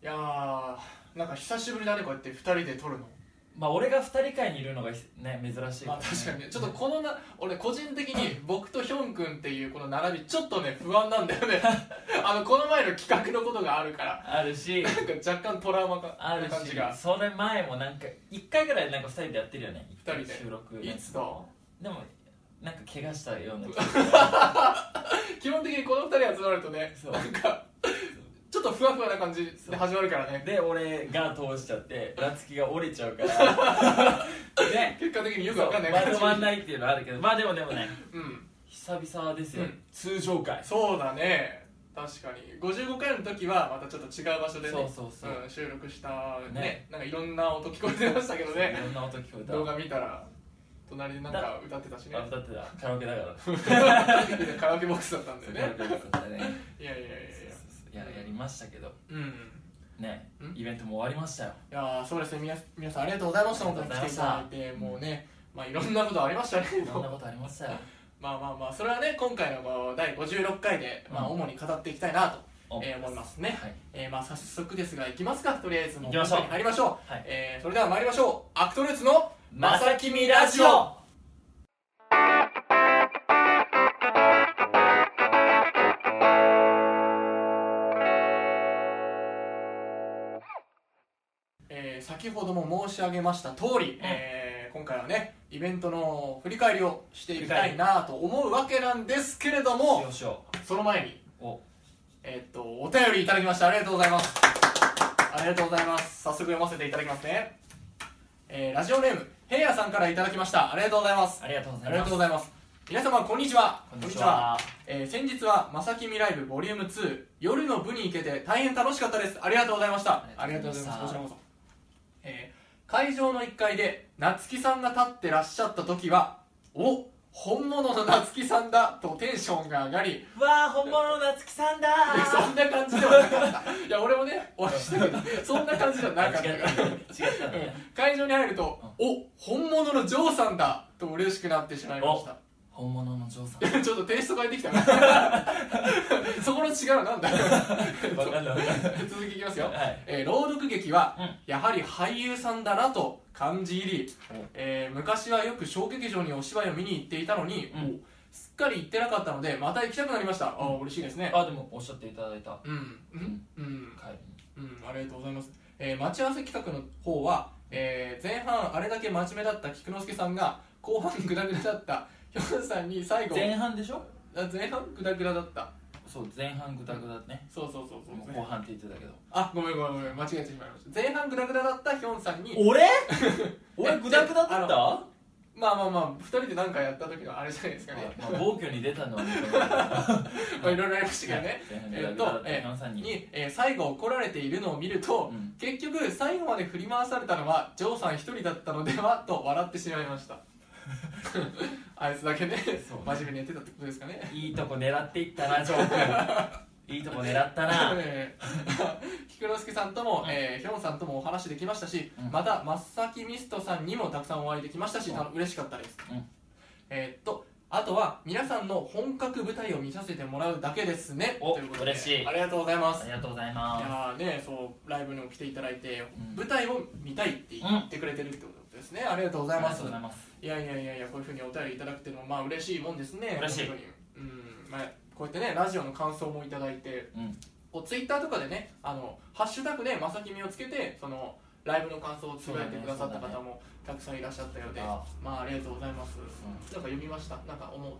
やーなんか久しぶりだねこうやって2人で撮るのまあ俺が2人会にいるのがひね珍しいまあ確かにねちょっとこのな俺個人的 に僕とヒョン君っていうこの並びちょっとね不安なんだよね あのこの前の企画のことがあるからあるしなんか若干トラウマかあるな感しじがそれ前もなんか1回ぐらいなんか2人でやってるよね二人で収録いつだでもなんか怪我したような気が基本的にこの2人集まるとねそうなんかちょっとふわふわな感じで始まるから ねで俺が通しちゃってらつきが折れちゃうから ね結果的によくわかんないそうま感とじまんないっていうのはあるけどまあでもでもねうん久々ですよ、うん通常会そうだね確かに55回の時はまたちょっと違う場所でねそうそうそうん収録したねねなんかいろんな音聞こえてましたけどいねろんな音聞こえた動画見たら隣でなんか歌ってたしねあ歌ってたカラオケだからカラオケボックスだったんだよねカラオケだったねいやいやいやいそうやそうそうややりましたけどうんねんイベントも終わりま したよいやーそうですね皆皆さんありがとうございましたあり本が当とうにご来ざいてましいただたいてもうねまあいろんなことありましたねいろんなことありました よまあまあまあそれはね今回のこう第56回で、まあ、主に語っていきたいなと、おえー思いますね、はいえーまあ早速ですが行きますかとりあえずも行きましょう本編に入りましょう、はいえーそれでは参りましょうアクトルーツのまさきみラジオえー先ほども申し上げました通り、んえー今回はねイベントの振り返りをしていきたいなと思うわけなんですけれどもよいしょその前に、おえーっとお便りいただきましたありがとうございますありがとうございます早速読ませていただきますね、えーラジオネーム平野さんからいただきましたありがとうございますありがとうごあざいりがとまうすございます皆様こんにちはこんにちはえー先日は「まさきみライブ Vol.2 夜の部」に行けて大変楽しかったですありがとうございましたありがとうございましたありがとうございまこちらこそ、えー会場の1階で夏木さんが立ってらっしゃった時はお本物の夏木さんだとテンションが上がりわあ本物の夏木さん だいやそんな感じではなかった いや俺もねお会いしたけどそんな感じじゃなかったから違った違ったうんね会場に入ると「お本物のジョーさんだ!」と嬉しくなってしまいました本物のジョーさい やちょっとテイスト変えてきた なそこの違うなんだん わかんないわかんない 続きいきますよ、はいえー朗読劇は、うんやはり俳優さんだなと感じ入りお、えー昔はよく小劇場にお芝居を見に行っていたのに、うんすっかり行ってなかったのでまた行きたくなりました、ああ嬉しいですねあでもおっしゃっていただいたうんうんうん帰りうん、ありがとうございます、えー待ち合わせ企画の方は、えー前半あれだけ真面目だった菊之助さんが後半グダグダだったヒョンさんに最後に前半でしょあ前半グダグダだったそう前半グダグダねそうそうそうそう後半って言ってたけどあごめんごめんごめん間違えてしまいました前半グダグダだったヒョンさんに 俺俺グダグダだったあまあまあまあ2人で何かやった時のあれじゃないですかねまあ暴挙に出たのは認めないまあいろいろありましたけどね前半グえダっグとダだったえ皆さんにに、えー最後怒られているのを見ると、うん結局最後まで振り回されたのはジョーさん一人だったのではと笑ってしまいました あいつだけねそうね真面目にやってたってことですかねいいとこ狙っていったなジョー 君いいとこ狙ったなえー菊之助さんとも、えーヒョンさんともお話できましたし、うんまた松崎ミストさんにもたくさんお会いできましたし、うんた嬉しかったです、うんえーっとあとは皆さんの本格舞台を見させてもらうだけですねおということで嬉しいありがとうございますありがとうございいまやーねそうライブにも来ていただいて、うん舞台を見たいって言ってくれてるってことですね、ありがとうごすざあいりがますとうございますいやいやいやいやこういうふうにお便りいただくっていうのもまあ嬉しいもんですね嬉しい本当にうんまあこうやってねラジオの感想もいただいてうんこうツイッターとかでねあのハッシュタグで「まさきみ」をつけてそのライブの感想をつぶやいてくださったそうだね方もたくさんいらっしゃったようであまあありがとうございます、んなんか読みましたなんか思う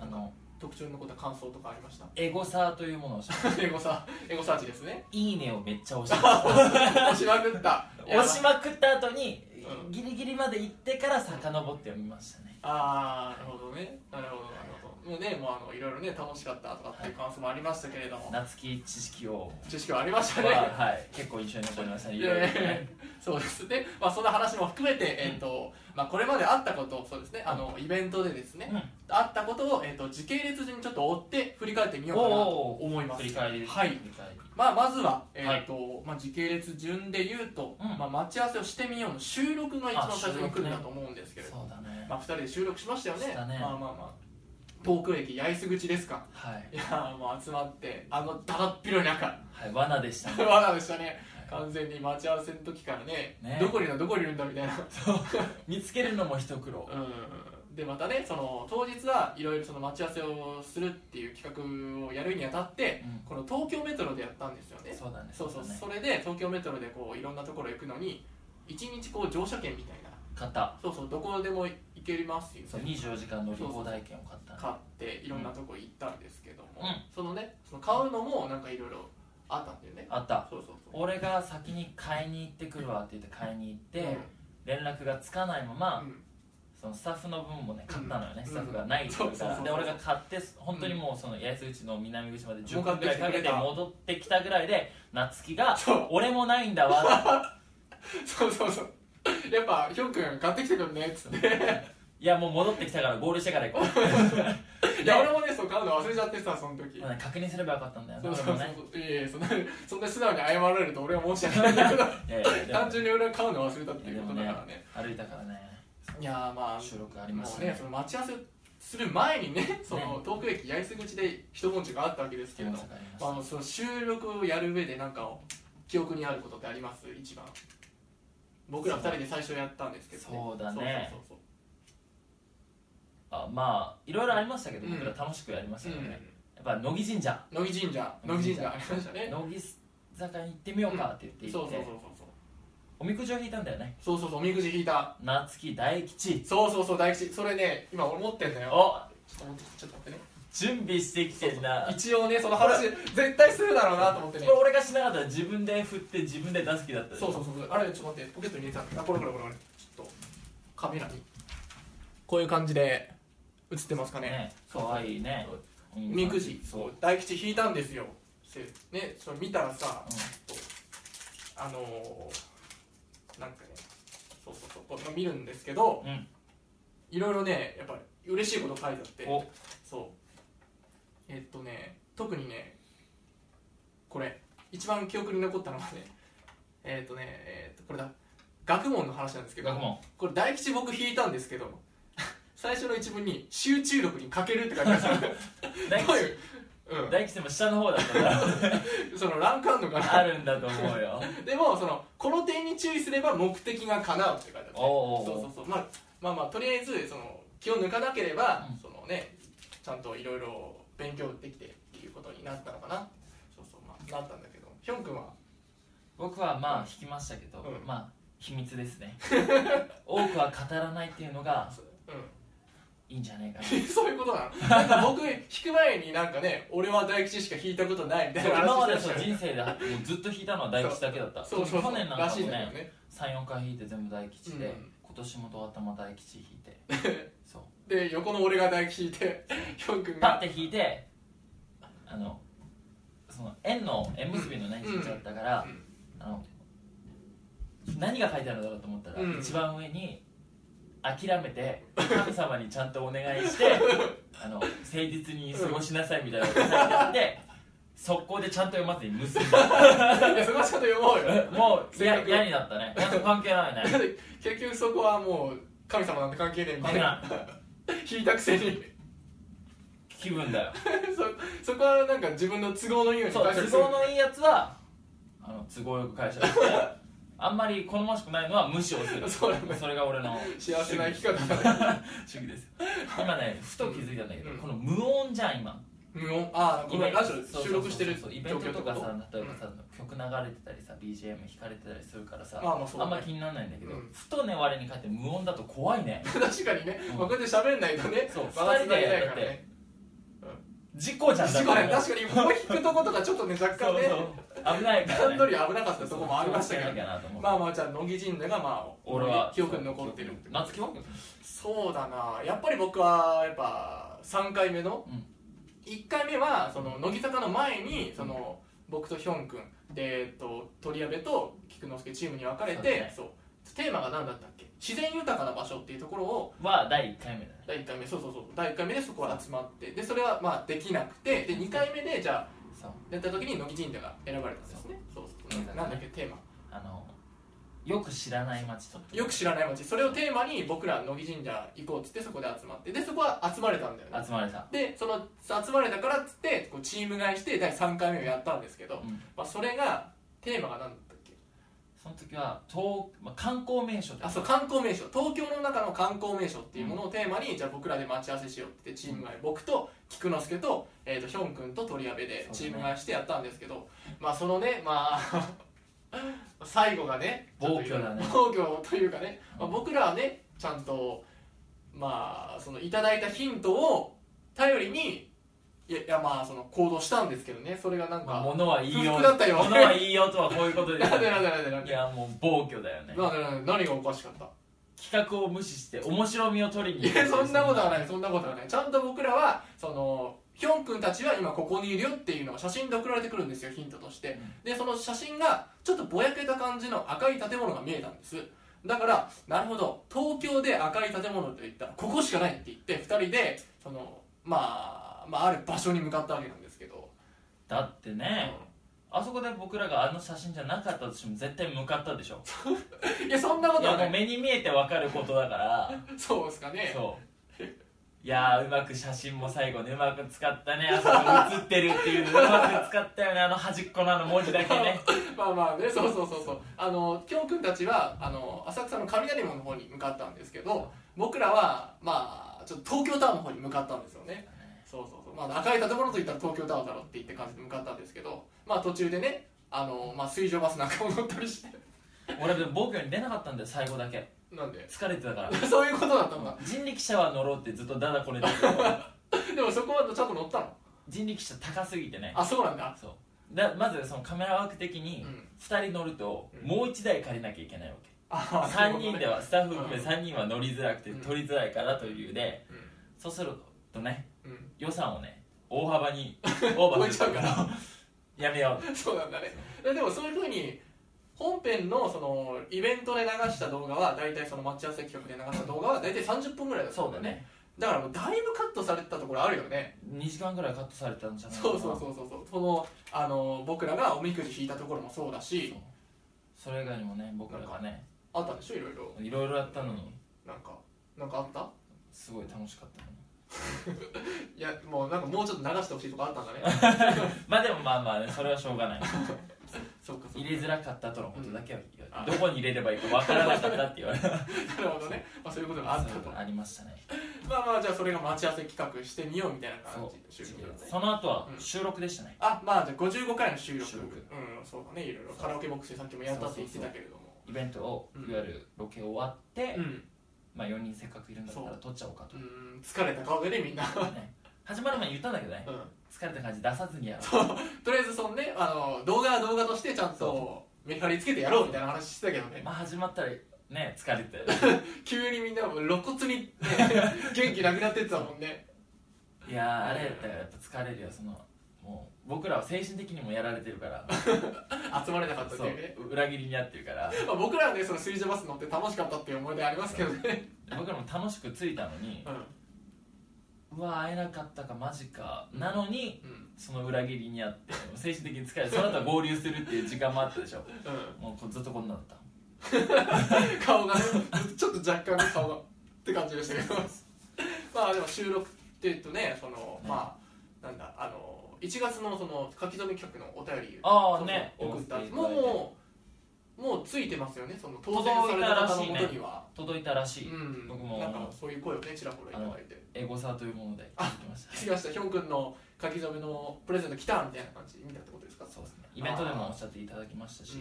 あの特徴に残った感想とかありました エゴサーというものをしエゴサエゴサーチですね いいねをめっちゃ押した押しまくった押しまくった後にうんギリギリまで行ってから遡って読みましたねああなるほどねなるほどなるほどもうねもうあのいろいろね楽しかったとかっていう感想もありましたけれども、夏希知識を知識はありましたね、 は、はい、結構印象に残りましたねいいやろいいやろいやね そうですね、まあ、その話も含めて、えっとまあ、これまであったことをそうですねあのイベントでですね、うんあったことを、えっと時系列順にちょっと追って振り返ってみようかなと思います振り返りですはい振り返りまあ、まずは、えっとまあ、時系列順で言うと、うんまあ、待ち合わせをしてみようの収録が一番最初に来るんだと思うんですけれども、そうだね、まあ、2人で収録しましたよねしたねまあまあまあ東京駅八重洲口ですかはいいやーもう集まってあのだだっ広い中 はい、罠でしたねわでしたね完全に待ち合わせの時からねねどこにいるんだどこにいるんだみたいな、見つけるのも一苦労うん、でまたねその当日はいろいろその待ち合わせをするっていう企画をやるにあたって、うんこの東京メトロでやったんですよねそうだねそうそうだねそれで東京メトロでこういろんなところ行くのに1日こう乗車券みたいな買ったそうそうどこでも行けますよそうね24時間乗り放題券を買ったね買っていろんなとこ行ったんですけども、うんそのねその買うのもなんかいろいろあったんだよねあったそうそうそう俺が先に買いに行ってくるわって言って買いに行って、連絡がつかないまま、うんうんそのスタッフの分もね買ったのよね、うんスタッフがないって言うかそらうそうそうそうで俺が買って本当にもうその八重洲口の南口まで10もう分ぐらいかけて戻ってきたぐらいで夏希がそう「俺もないん だわそうそうそうやっぱヒョン君買ってきてくんねっつって」いやもう戻ってきたから合流してから行こいや俺もねそう買うの忘れちゃってさその時、う、まあね確認すればよかったんだよねそう俺そもうねそういやいやそんな そんな素直に謝られると俺は申し訳 ないんだいやいけやどでも単純に俺は買うの忘れたっいてやいでうこもとだねからね歩いたからねいやーまあ収録ありまもすうねねその待ち合わせする前にねその東京駅八重洲口で一文字があったわけですけれどまさかありましたあのその収録をやる上でなんか記憶にあることってあります一番僕ら二人で最初やったんですけど、そうだねそうそうあまあいろいろありましたけど、うん僕ら楽しくやりましそうたそうよね、やっぱ乃木神社うん乃木神社乃木神社ありましたね乃木坂に行ってみようかって言って行って、そうそうそうおみくじを引いたんだよねそうそうそうそうそうおみくじ引いた夏希大吉そうそうそう大吉それね今俺持ってんだよおちょっと持ってきてちょっと待ってね準備してきてんな一応ねその話絶対するだろうなと思ってねこれ俺がしなかったら自分で振って自分で出す気だったそうそうそうそうあれちょっと待ってポケットに入れてたあこれこれこれこれちょっとカメラにこういう感じで映ってますかねね可愛いねおおみくじそう、大吉引いたんですよでねそれ見たらさうあのーなんかねそうそうそうこう見るんですけどんうん、いろいろねやっぱり嬉しいこと書いてあっておそうえっとね特にねこれ一番記憶に残ったのはねえっとねえっとこれだ学問の話なんですけど学問これ大吉僕引いたんですけど 最初の一文に「集中力に欠ける」って書いてあった 大どう吉いう、うん、大吉でも下の方だったらそのランクあんのかあなるんだと思 うよでもそのこの点に注意すれば目的が叶うって書いてあるおうおそうおそうそう、まあ、まあまあとりあえずその気を抜かなければ、うんそのねちゃんといろいろ勉強できてっていうことになったのかなそうそうまあなったんだけどヒョン君は僕はまあ引きましたけど、うんまあ秘密ですね 多くは語らないっていうのがういいんじゃないかなん そういうことなのなんか僕引く前になんかね俺は大吉しか引いたことないみたいな今ま話でしてそたうじゃん人生でもうずっと引いたのは大吉だけだったそうそうそ去う年なんらかしいんもだよねね34回引いて全部大吉で、うん今年も頭大吉引いて そうで横の俺が大吉引いてヒョン君パッがて引いてあのその円の円結びのねうん神社だったから、うんあの何が書いてあるんだろうと思ったら、うん一番上に諦めて神様にちゃんとお願いして あの誠実に過ごしなさいみたいなこと書いてあって速攻でちゃんと読まずに結んだいやそこはちゃんと読もうよ もういや嫌になったねなんか関係ないねだって結局そこはもう神様なんて関係ねえみたいな 引いたくせに気分だよ そそこはなんか自分の都合のいいようにそ う解釈する都合のいいやつはあの都合よく会社してあんまり好ましくないのは無視をするそうなんだれが俺の幸せな生き方だね主義です今ねふと気づいたんだけど、うんこの無音じゃん今 無音ああ今ラジそオうそうそう収録してるそうイベントとかさ状況っ例えてこばとさ、曲流れてたりさ BGM 弾かれてたりするからさあまあそうだねんま気にならないんだけど、うんふとね我に返って無音だと怖いねうん 確かにね、うんまあ、こうやって喋んないとねそうバランス二人で取れないからね事故じゃん確かにだ確かにここ引くとことがちょっとね若から干ねそうそう危ないから段ね取り危なかったとこもありましたけそどうそう気をつけなきゃなと思ってまあまあじゃあ乃木神社がまあ俺は記憶に残ってるってこと夏希はそうだなやっぱり僕はやっぱ3回目の、うん1回目はその乃木坂の前にその、僕とヒョン君で、えっと、鳥矢部と菊之助チームに分かれそうてだねそうテーマが何だったっけ自然豊かな場所っていうところをは第1回目だね第1回目そうそうそう第1回目でそこは集まってでそれはまあできなくてで2回目でじゃあそうやった時に乃木神社が選ばれたんですねそうそうそうだねなんだっけテーマあのよく知らない街とよく知らない街それをテーマに僕ら乃木神社行こうっつってそこで集まってでそこは集まれたんだよね集まれた、でその集まれたからっつってこうチーム買いして第3回目をやったんですけど、うんまあ、それがテーマが何だったっけその時は東、まあ、観光名所とかあそう観光名所東京の中の観光名所っていうものをテーマに、じゃあ僕らで待ち合わせしようってチーム外、僕と菊之助と,、えー、とヒョン君と鳥矢部でチーム外してやったんですけど、まあそのねまあ 最後がね暴挙だね暴挙というかね、まあ、僕らはねちゃんとまあそのいただいたヒントを頼りにいやいやまあその行動したんですけどねそれがなんか、まあ、物はいいよ不服だったよ物はいいよとはこういうことで すなんでなんでなんでなんいでやもう暴挙だよねなんでなんで何がおかしかった企画を無視して面白みを取りにいやそんなことはないいそんなことはないちゃんと僕らはそのヒョン君たちは今ここにいるよっていうのが写真で送られてくるんですよヒントとしてでその写真がちょっとぼやけた感じの赤い建物が見えたんですだからなるほど東京で赤い建物といったらここしかないって言って2人でその、まあ、まあある場所に向かったわけなんですけど、だってねあそこで僕らがあの写真じゃなかったとしても絶対向かったでしょうんいやそんなこいとやはなもうい目に見えてわかることだからそうですかねそうい やーうまく写真も最後にうまく使ったねあそこ写ってるっていうのうまく使ったよねあの端っこのあの文字だけねまあまあねそうそうそうそうあの京君たちはあの浅草の雷門の方に向かったんですけど僕らはまあちょっと東京タワーの方に向かったんですよねそうそうそう、まあ、赤い建物といったら東京タワーだろって言って感じで向かったんですけどまあ途中でねあの、まあ、水上バスなんかも乗ったりして 俺でも防御に出なかったんだよ最後だけなん で疲れてたからそういうことだったんだ人力車は乗ろうってずっとダダこねてたけどでもそこはちゃんと乗ったの人力車高すぎてねあそうなんだそうだまずそのカメラワーク的うにん2人乗るとうんもう1台借りなきゃいけないわけあ3人では、はスタッフ含めうん3人は乗りづらくてうん取りづらいからという理由でうそうするとねんうん予算をね大 幅にオーバーする超えちゃやめよ うそうなんだねでもそういうふうに本編のそのイベントで流した動画は大体その待ち合わせ企画で流した動画は大体30分ぐらいだったんそうだねだからもうだいぶカットされてたところあるよね2時間ぐらいカットされたんじゃないかそなうそうそうそうそうそのあの僕らがおみくじ引いたところもそうだしそうそれ以外にもね僕らがねあったんでしょいろいろいろいろやったのになんかなんかあったすごい楽しかったのにいやもうなんかもうちょっと流してほしいとこあったんだね まあでもまあまあねそれはしょうがないそうかそう入かれづらかったとのことだけは言わあれてどこに入れればいいかわからなかったって言われたなるほどね、まあ、そういうことがあったそうとありましたねまあまあじゃあそれが待ち合わせ企画してみようみたいな感じで収録だねその後はうん収録でしたね、あまあじゃあ55回の収録収録うんそうだねいろいろカラオケボックスでさっきもやったって言ってたけれどもイベントをうんいわゆるロケ終わって、うんまあ4人せっかくいるんだったらそう撮っちゃおうかと、うん疲れた顔でねみんな、ね始まる前に言ったんだけどねうん、疲れた感じ出さずにやろう とりあえずそのねあの動画は動画としてちゃんとそメリハリつけてやろうみたいな話してたけど ねまあ始まったらね疲れて急にみんなもう露骨 に、ね、元気なくなってってたもんねいやーあれやったらやっぱ疲れるよそのもう僕らは精神的にもやられてるから集まれなかったってそういうね裏切りにあってるからまあ、僕らはねその水上バス乗って楽しかったっていう思い出ありますけどね僕らも楽しく着いたのにうん、うわ会えなかったかマジかなのにうんその裏切りにあって精神的に疲れてその後は合流するっていう時間もあったでしょうもうこうずっとこんなんだったん、顔がねちょっと若干の顔がって感じでしたけどまあでも収録っていうとねその、まあなんだあの1月のその書き初め企画のお便りあそあうねそう送った送っていただいてもうもうついてますよねその当選された方のもとには、届いたらしいうん僕もなんかそういう声をねちらほらいただいてエゴサーというもので聞きました聞きましたヒョン君の書き初めのプレゼント来たみたいな感じ見たってことですかそうですねイベントでもおっしゃっていただきましたし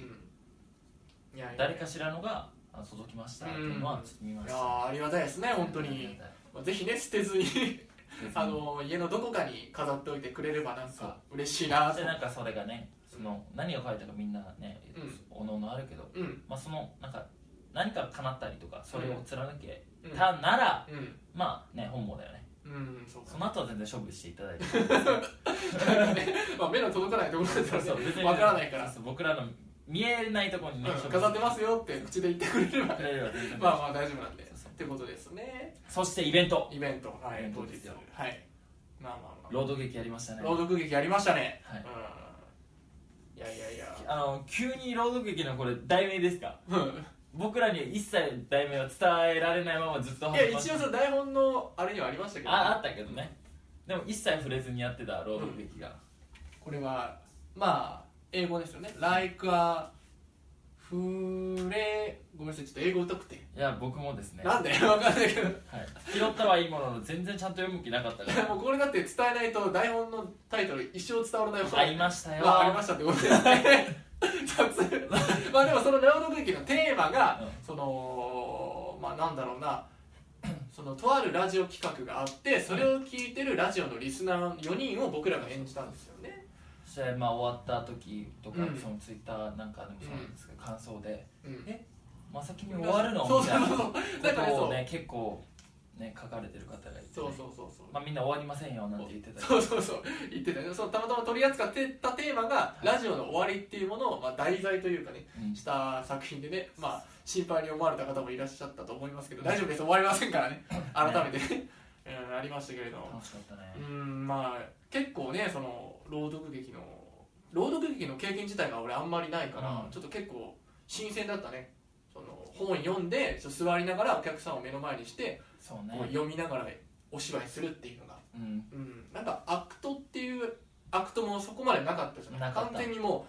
うんいやいや誰かしらのがあ届きましたっていうのはちょっと見まいしやたーありがたいですね本当ありがにたいまあぜひね捨てずに別にあの家のどこかに飾っておいてくれればなんそうか嬉しいなとでなんかそれがねその何を書いたかみんなね、うんおのおのあるけど、うんまあ、そのなんか何か叶ったりとかそれを貫けうんたなら、うんまあね本望だよねうんそうかその後は全然勝負していた だいてまあ目の届かないところだったらそう別ねにわからないからそうそう僕らの見えないところにね、うん飾ってますよよって口で言ってくれればねまあまあ大丈夫なんでそうそうってことですねそしてイベントイベントはイベいン当ト日ですよはいまあまあま朗読劇やりましたねあ朗読劇やりましたねはいうんいやいやいやあの急に朗読劇のこれ題名ですかうん僕らには一切題名は伝えられないままずっといや始まって一応その台本のあれにはありましたけどああったけどねでも一切触れずにやってた朗読劇が、これはまあ英語ですよね Like a fool めんなさいちょっと英語疎くて、いや僕もですね、はなんで 分かんないけどい、拾ったはいいものの全然ちゃんと読む気なかったからもうこれだって伝えないと台本のタイトル一生伝わらないもんありましたよ、まあ、ありましたってことですね雑 まあでもその朗読劇のテーマが、うんそのまあなんだろうな そのとあるラジオ企画があってそれを聞いてるラジオのリスナー4人を僕らが演じたんですよねそれまあ終わった時とか、うんそのツイッターなんかでもそうなんですけど、感想でうん「まさきに終わるの?」そうみそたういそなうこだからねとそをう、ね結構ね書かれてる方がいて、ねそうそうそうそうまあ、みんな終わりませんよなんて言ってたりそうそうそう言ってたよねそうたまたま取り扱ってたテーマがいラジオの終わりっていうものを、まあ、題材というかねうんした作品でねまあ心配に思われた方もいらっしゃったと思いますけど大丈夫です終わりませんからね改めてね、うん、ありましたけれども楽しかったね、うんまあ結構ねその朗読劇の朗読劇の経験自体が俺あんまりないから、うんちょっと結構新鮮だったねその本読んでちょっと座りながらお客さんを目の前にして、そうこうね、読みながらお芝居するっていうのがうん、うん、なんかアクトっていうアクトもそこまでなかったじゃないなかった完全にも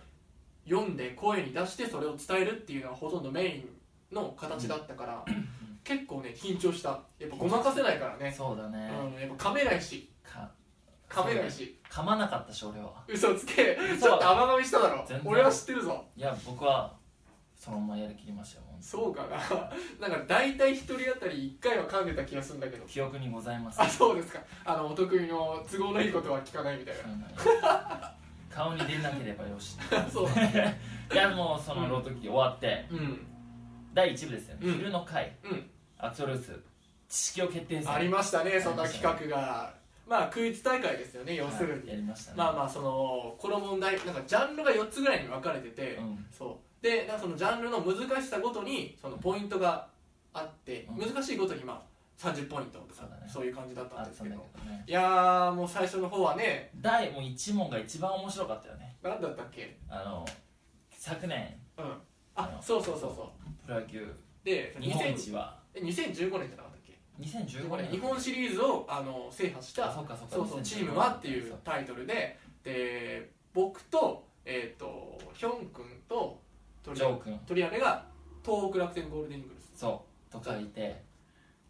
う読んで声に出してそれを伝えるっていうのがほとんどメインの形だったから、結構ね緊張したやっぱごまかせないからね、そうだうね、ん、やっぱ噛めないしか噛めないし噛まなかったし俺は嘘つけ嘘ちょっと甘噛みしただろ全然俺は知ってるぞいや僕はそのままやりきりましたよ本当にそうかななんか大体一人当たり1回は噛んでた気がするんだけど記憶にございますあそうですかあのお得意の都合のいいことは聞かないみたいうん顔に出なければよしな そういやもうその朗読劇終わってうん第1部ですよね、うん昼の会、うんアクトルース知識を決定戦ありましたねそんな企画がまあクイズ大会ですよね要するに、はいやりましたねまあまあそのこの問題なんかジャンルが4つぐらいに分かれてて、うんそうでなんかそのジャンルの難しさごとにそのポイントがあって、う難しいごとにまあ30ポイントとかそうだねそういう感じだったあんっですたけんどだけどねいやーもう最初の方はね第もう1問が一番面白かったよね何だったっけあの昨年うんあそうそうそうそうプロ野球で日本2000一はえ2015年じゃなかったっけ2015年日本シリーズをあの制覇したあそっかそっかそうそう「チームは」っていうタイトルでで僕と,、えー、とヒョン君とジョー君鳥谷が東北楽天ゴールデンイーグルスそうとかいて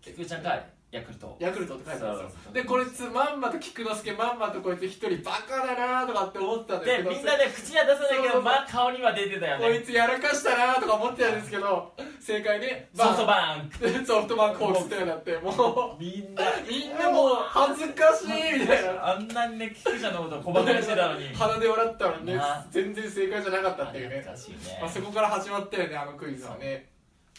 菊池ちゃんがヤクルトヤクルトって書いてあるんそうですそようでこいつまんまと菊之助まんまとこいつ一人バカだなとかって思ってたんですでけどみんなで口には出さないそうそけうそうどまあ顔には出てたよこいねつやらかしたなとか思ってたんですけど正解ねソフバトバンクンソフトバンクホークスってなってもみんなうみんなもう恥ずかしいみたいなあんなにね菊池ちゃんのことを小馬鹿にしてたのに鼻で笑ったのにねなあ全然正解じゃなかったっていうね懐かしいねあそこから始まったよねあのクイズはね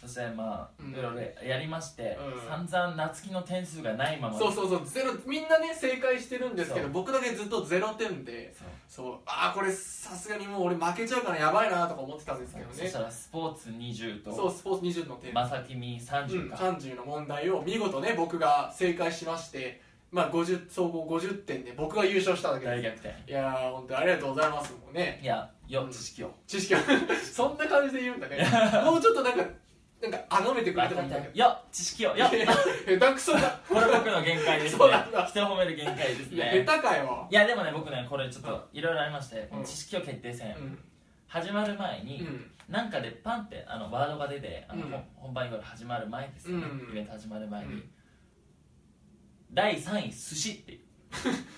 そしてまあうんいろいろやりましてうん散々夏希の点数がないままそうそうそうゼロみんなね正解してるんですけどそう僕だけずっと0点でそうそうああこれさすがにもう俺負けちゃうからやばいなとか思ってたんですけどそねしたらスポーツ20そうとスポーツ20の点、まさきみうん、 30か30の問題を見事ね僕が正解しましてまあ50総合50点で僕が優勝したんだけど大い逆転やー本当ありがとうございますもうねいやようん知識を知識はそんな感じで言うんだねもうちょっとなんかなんかあがめてくれてもいいんだけどよ知識 をいやよ下手くそだこれ僕の限界ですねそうなんだ人を褒める限界ですいやね下手かよいやでもね僕ねこれちょっといろいろありまして、うん知識を決定戦、うん始まる前うに、んなんかでパンってあのワードが出てあの、うんほん本番いわゆる始まる前ですよね、うんイベント始まる前に、うん第3位寿司って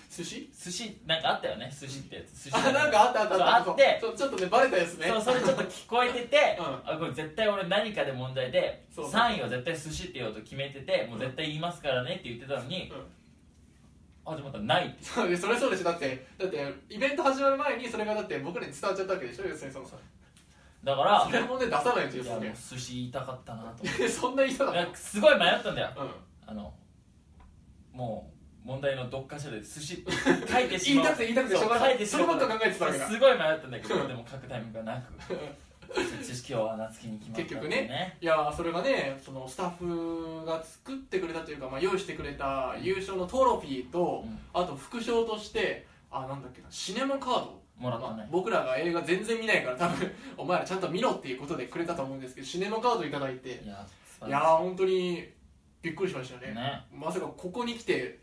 寿司寿司なんかあったよね寿司ってやつ寿 司あなんかあったあったあったそうあってそうちょっとねバレたやつねそうそれちょっと聞こえてて、うんあこれ絶対俺何かで問題でそう3位は絶対寿司って言おうと決めててもう絶対言いますからねって言ってたのに、うんあでもまたないってそうそれそうでしょだってだってイベント始まる前にそれがだって僕らに伝わっちゃったわけでしょ要するにそのそだかられもね出さないといいうやもうで寿司言いたかったなと思ってすね そんな人だいもんやすごい迷ったんだようんあのもう問題のどっかしらで寿司 って書いてし言いまうたくて言いたくてしょうがそうな書いいてしそのまこうと考えてたわけだすごい迷ったんだけどでも書くタイミングがな く知識を穴つきに決まったっていう結局いやーそれがねそのスタッフが作ってくれたというか、まあ、用意してくれた優勝のトロフィーと、うんあと副賞としてあなんだっけなシネマカードもらったまあね僕らが映画全然見ないから多分お前らちゃんと見ろっていうことでくれたと思うんですけどシネマカードいただいていやい素晴やらー本当にびっくりしましたよしいねねまさかここに来て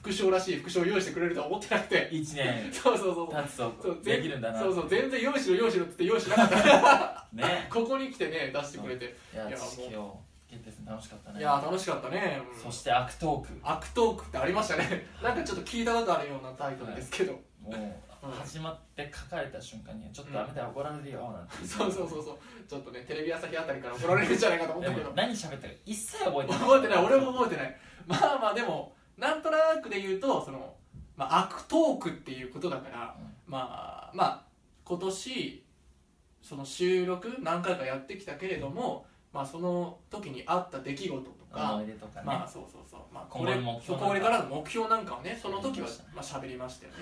副賞らしい副賞を用意してくれるとは思ってなく て1年そうそうそう経つそとうできるんだなそうそう全然用意しろ用意しろって言って用意しなかったねここに来てね出してくれて、いやいや知識をゲットするの楽しかったねいやー楽しかったね、うんそして悪トークアクトークってありましたね なんかちょっと聞いたことあるようなタイトルですけど、もううん始まって書かれた瞬間に「ちょっとダメだよ怒られるよ」なんてそうそうそうそうちょっとねテレビ朝日あたりから怒られるんじゃないかと思っでたけもど 何喋ったか一切覚えてない覚えてない俺も覚えてないまあまあでもなんとなくで言うとその、まあ、アクトークっていうことだから、まあまあ今年その収録何回かやってきたけれども、まあ、その時にあった出来事とか思、い出とかね、まあそうそうそう、まあ、こ今れ後の目標なんかこれからの目標なんかをねその時は喋りましたねまあ喋りましたよね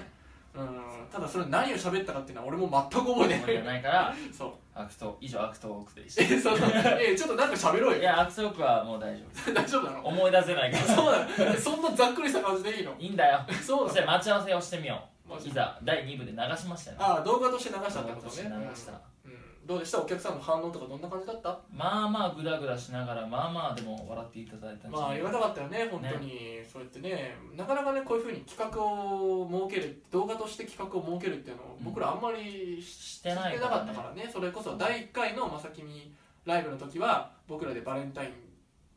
うんただそれ何を喋ったかっていうのは俺も全く覚え覚てえてないないからそう悪ト以上悪トークでしえその えちょっとなんか喋ろたういよ や悪トークはもう大丈夫大丈夫な の思い出せないかそうらなのそんなざっくりした感じでいいのいいんだよそうなそしのて待ち合わせをしてみよマうジいでざ第2部で流しましたよああ動画として流したって動こ画ととしてね流したうん、うんどうでしたお客さんの反応とかどんな感じだったまあまあグダグダしながらまあまあでも笑っていただいたんじゃまああないりがたかったよね本当に、そうやってねなかなかねこういうふうに企画を設ける動画として企画を設けるっていうのをうん僕らあんまりししてないなかからっねたからねそれこそ第1回の「まさきみライブ」の時は僕らでバレンタイン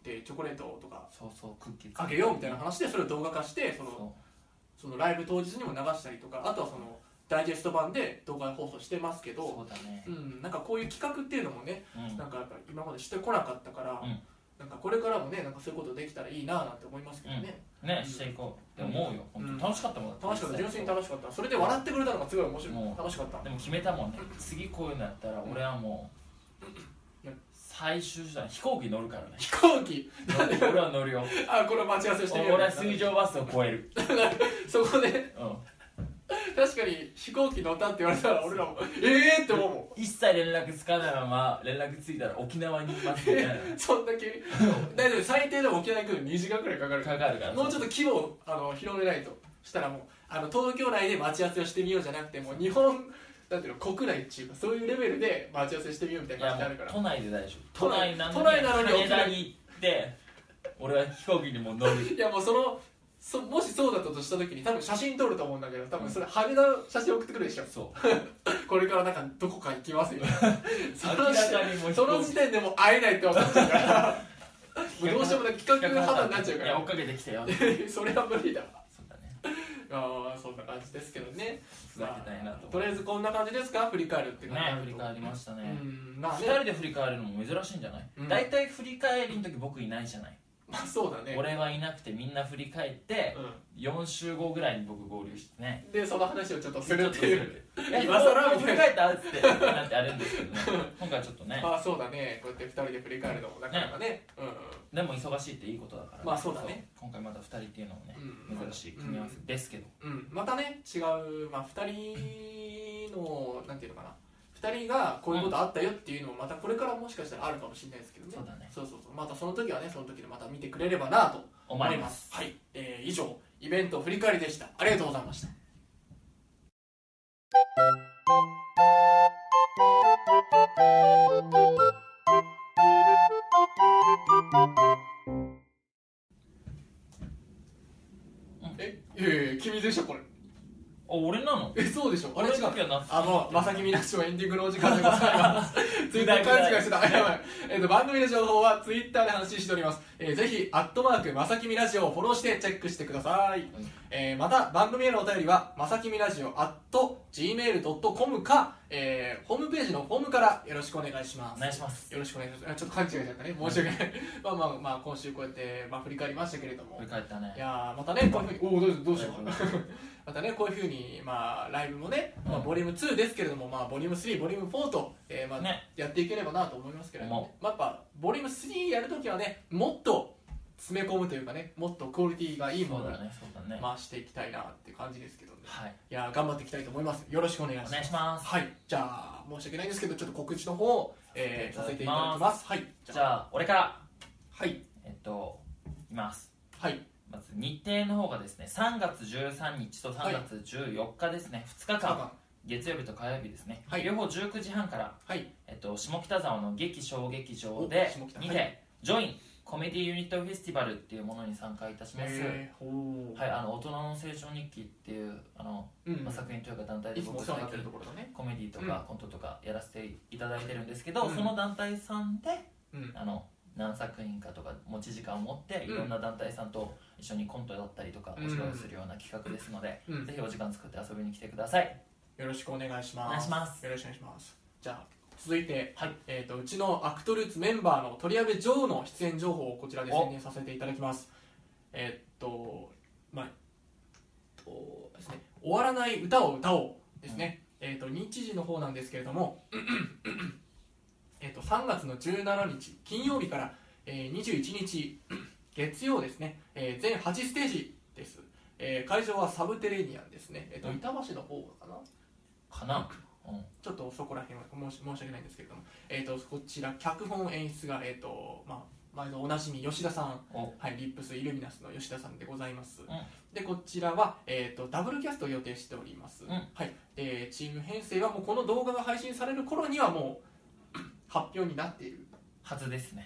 でチョコレートとかそうそうクッキーあげようみたいな話でそれを動画化してそのそそのライブ当日にも流したりとかあとはそのダイジェスト版で動画放送してますけうどそうだねう、ん、なんかこういう企画っていうのもねうんなんかやっぱ今までしてこなかったから、うんなんかこれからもねなんかそういうことできたらいいななんて思いますけどね、ねしていこうって思うようん本当楽しかったもん楽しかった純粋に楽し楽しかったそれで笑ってくれたのがすごい面白い、もう楽しかったでも決めたもんね次こういうのやったら俺はもううん最終手段飛行機乗るからね飛行機乗る俺は乗るよあこれ待ち合わせしてみよう俺は水上バスを超えるそこでうん確かに飛行機乗ったって言われたら俺らもええー、って思うもん一切連絡つかないまま連絡ついたら沖縄にいますみた いなそんだけ大丈夫最低でも沖縄行くのに2時間くらいかかるかかるからもうちょっと規模をあの広めないとしたらもうあの東京内で待ち合わせをしてみようじゃなくてもう日本なんていうの国内っていうかそういうレベルで待ち合わせしてみようみたいいな感やじになるもうから都内で大丈夫都都内内なのに都内なのに羽田に行って俺は飛行機にも乗るいやもうそのそもしそうだったとした時に多分写真撮ると思うんだけど多分それ羽田の写真送ってくるでしょそうこれからなんかどこか行きますよそ 明のら時点かにもう飛その行時機点でもう会えないって思っちゃうから もうどうしてもなんか企画肌になっちゃうかいやら追っかけてきたよ それは無理だそうだねあーそんな感じですけどねふざけたいなとと思っりあえずこんな感じですか振り返るってて感じね振り返りましたねうんまあ2ね人で振り返るのも珍しいんじゃないうん大体振り返りの時僕いないじゃないまあそうだね俺はいなくてみんな振り返ってう4週後ぐらいに僕合流してねんでその話をちょっとするっていうえ今更振り返ったっつってなんてあるんですけどね今回ちょっとねまあそうだねこうやって2人で振り返るのもなかなかねうんうんでも忙しいっていいことだからまあそうだねそう今回また2人っていうのもねうん珍しい組み合わせですけどうん、またね違う、まあ、2人のなんていうのかな2人がこういうことあったよっていうのもまたこれからもしかしたらあるかもしれないですけどねそうだねそうそうそうまたその時はねその時でまた見てくれればなと思いますすはい、えー以上イベント振り返りでしたありがとうございましたえいやいやいや君でしょこれあ俺なのえそうでしょあれ違う俺の時はなあの、まさきみなしはエンディングのお時間でございます。ツイッター勘違いしてた。やばい。えっと、番組の情報はツイッターで話しております。えーぜひ、アットマーク、まさきみラジオをフォローしてチェックしてください。えーまた、番組へのお便りは、まさきみラジオ、アット、gmail.com か、えーホームページのフォームからよろしくお願いしまおす。願いしますよろしくお願いします。あちょっと勘違いしちゃったね。申し訳ない。まあまあまあ、今週こうやって、まあ振り返りましたけれども振り。返ったねいやーまたね、こういうふうに、おお、どうしよう、どうしよライう。 またね、こういうふうに、まあ、ライブもね、まあ、うんボリューム2ですけれども、まあ、ボリューム3、ボリューム4と、えーまあねやっていければなと思いますけれども、思まあ、やっぱ、ボリューム3やるときはね、もっと詰め込むというかね、もっとクオリティがいいもそうのだに、ねそうだねまあ、していきたいなっていう感じですけどね。はいいやー頑張っていきたいと思います。よろしくお願いしおます。願いしますはい、じゃあ、申し訳ないんですけど、ちょっと告知の方を、えーささせてせていいたただだききま。ますはい、じゃあ俺からはい、えっといますはい、まず日程の方がですね3月13日と3月14日ですね2日間月曜日と火曜日ですねはい両方19時半からはい、えっと、下北沢の劇小劇場でお下北見て、はジョインコメディユニットフェスティバルっていうものに参加いたします、えーほうはい、あの大人の成長日記っていうあの、うんまあ、作品というか団体でいつもお僕世話最になってると近ころだねコメディとうかコントとかやらせていただいてるんですけど、うんその団体さんでうんあの何作品かとか持ち時間を持ってうんいろんな団体さんと一緒にコントだったりとかうんお芝居をするような企画ですので、うんぜひお時間作って遊びに来てくださいよろしくお願いしますお願いしますよろしくお願いしますじゃあ続いて、はいえー、とうちのアクトルーツメンバーの鳥矢部ジョーの出演情報をこちらでお宣伝させていただきますえーっとまあえっとですね終わらない歌を歌おうですね、えーっと日時の方なんですけれどもえーっと3月の17日金曜日から、えー、21日月曜ですね、えー全8ステージです、えー会場はサブテレニアンですね、えーっとうん板橋の方かなかな、うんちょっとそこら辺は申し申し訳ないんですけれども、えー、とこちら脚本演出が、えーとまあ、毎度おなじみ吉田さん、おはい、リップスイルミナスの吉田さんでございます、んでこちらは、えー、とダブルキャストを予定しております、んはいでチーム編成はもうこの動画が配信される頃にはもう 発表になっているはずですね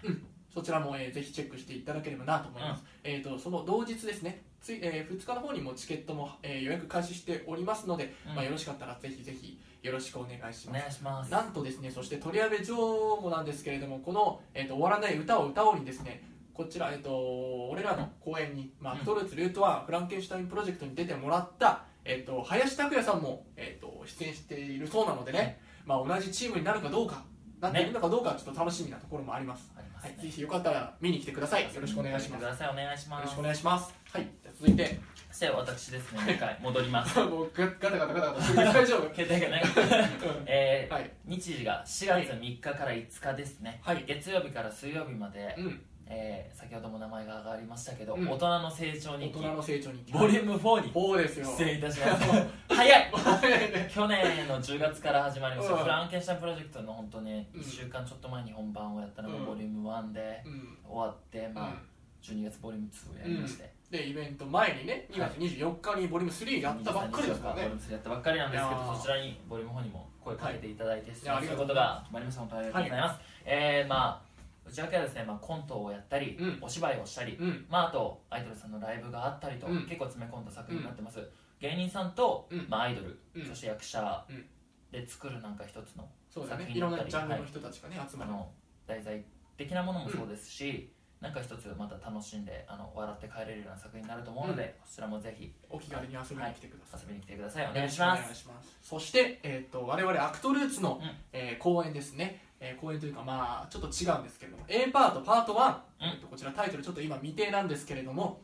そちらも、えーぜひチェックしていただければなと思います。えっ、とその同日ですね。ついえー、2日の方にもチケットも、えー予約開始しておりますので、うんまあ、よろしかったらぜひぜひよろしくお願いしおます願。いしますなんとですね、そして鳥矢部女王もなんですけれども、この、えー、と終わらない歌を歌おうにですね、こちら、えー、と俺らの公演に、まあ、うアんクトルーツルート1フランケンシュタインプロジェクトに出てもらった、えー、と林拓也さんも、えー、と出演しているそうなのでね、まあ、同じチームになるかどうか、なっているのかどうか、ちょっと楽しみなところもあります。ありますはい、ねぜひよかったら見に来てください。よろしくお願いします。くよださいお願いしまろしすくお願いします。はい、じゃあ続いて、そして私ですね、一回戻ります。 もうガガタガタガタガタしてる、大丈夫。携帯がない。え ーはい日時が4月3日から5日ですね、はい月曜日から水曜日まで、うん、えー先ほども名前が挙がりましたけど、うん大人の成長大日記人の成長に。ボリューム4にそうですよ。出演いたします早い早いね。去年の10月から始まりました、うんフランケンシュタインプロジェクトの本当ねうん1週間ちょっと前に本番をやったのがうんボリューム1でうん。終わって、まうあん、 12月ボリューム2をやりまして、でイベント前にね2月24日にボリューム3やったばっかりですからボリねューム3やったばっかりなんですけいやどーそちらにボリューム4にも声かけていただいてい出やあ演りすがるとうごことざいまが決まりました本当にありがとうございます、えーまあ内訳はですね、まあ、コントをやったり、うんお芝居をしたり、うんまあ、あとアイドルさんのライブがあったりと、うん結構詰め込んだ作品になってます、芸人さんと、うんまあ、アイドル、うんそして役者うんで作るなんか一つのそうだね作い品ろだんなったりジャンルの人たちがね集まあるの題材的なものもそうですし、なんか一つまた楽しんであの笑って帰れるような作品になると思うので、そちらもぜひお気軽に遊びに来てください遊びに来てくださいお願いしますお願いしますそして、えー、と我々アクトルーツの、うんえー公演ですね、えー公演というかまあちょっと違うんですけれども A パートパート1、うんえーとこちらタイトルちょっと今未定なんですけれども、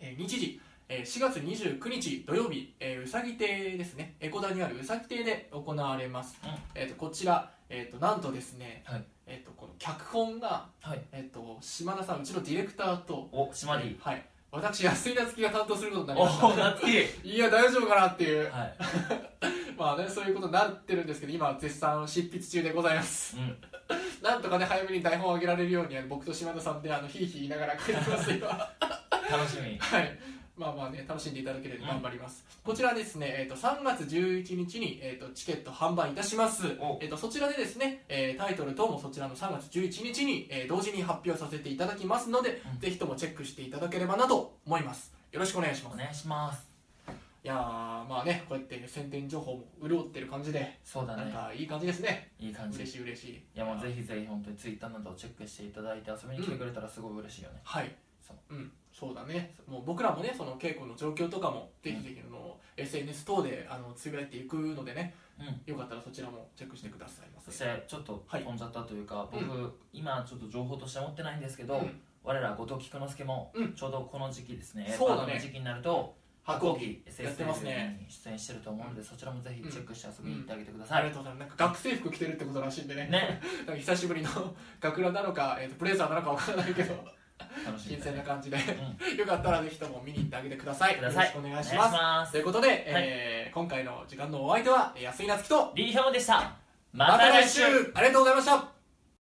えー日時、えー4月29日土曜日、えーうさぎ亭ですね江古田にあるうさぎ亭で行われます、うんえー、とこちら、えー、となんとですね、はいえー、とこの脚本が、はいえー、と島田さんうちのディレクターと、おシマリはい、私安井夏樹が担当することになりおましたお夏希いや大丈夫かなっていうはい、まあね、そういうことになってるんですけど、今は絶賛執筆中でござい ます。うん、なんとかね、早めに台本を上げられるように、あの僕と島田さんで、あの、ひいひい言いながら書いてます、今。は楽しみい。まあまあね、楽しんでいただけるように頑張ります。こちらですね、えっ、と、3月11日に、えっ、と、チケット販売いたします。おえっ、と、そちらでですね、えータイトル等もそちらの3月11日に、えー同時に発表させていただきますので、うんぜひともチェックしていただければなと思います。よろしくお願いしまおす。願いしますいやー、まあね、こうやって宣伝情報も潤ってる感じで、そうだなんねかいい感じですね。いい感じい嬉しい嬉しいいやもうぜひぜひ本当にツイッターなどをチェックしていただいて遊びに来てくれたらすごい嬉しいよね、はい、そうん、そうだねもう僕らもねその稽古の状況とかもぜひぜひあの、SNS 等であのつぶやいていくのでねうん、よかったらそちらもチェックしてくださいまそしせてちょっとはい飛んじゃったというか、うん僕、今ちょっと情報として持ってないんですけど、うん我ら後藤菊之助もうんちょうどこの時期ですね、そうだねパートの時期になると反抗期反抗期やってます SSL ねに出演してると思うので、そちらもぜひチェックして遊びに行ってあげてくだあさりい、がとうございますなんか学生服着てるってことらしいんでねねなんか久しぶりの 学ランなのか、えー、とブレザーなのかわからないけど楽しみ新だ鮮なね感じで、うよかったらぜひとも見に行ってあげてくださいくださいよろしくお願いしますますということで、えー今回の時間のお相手はえー安井夏樹とリーヒョンでしたまた来週ありがとうございました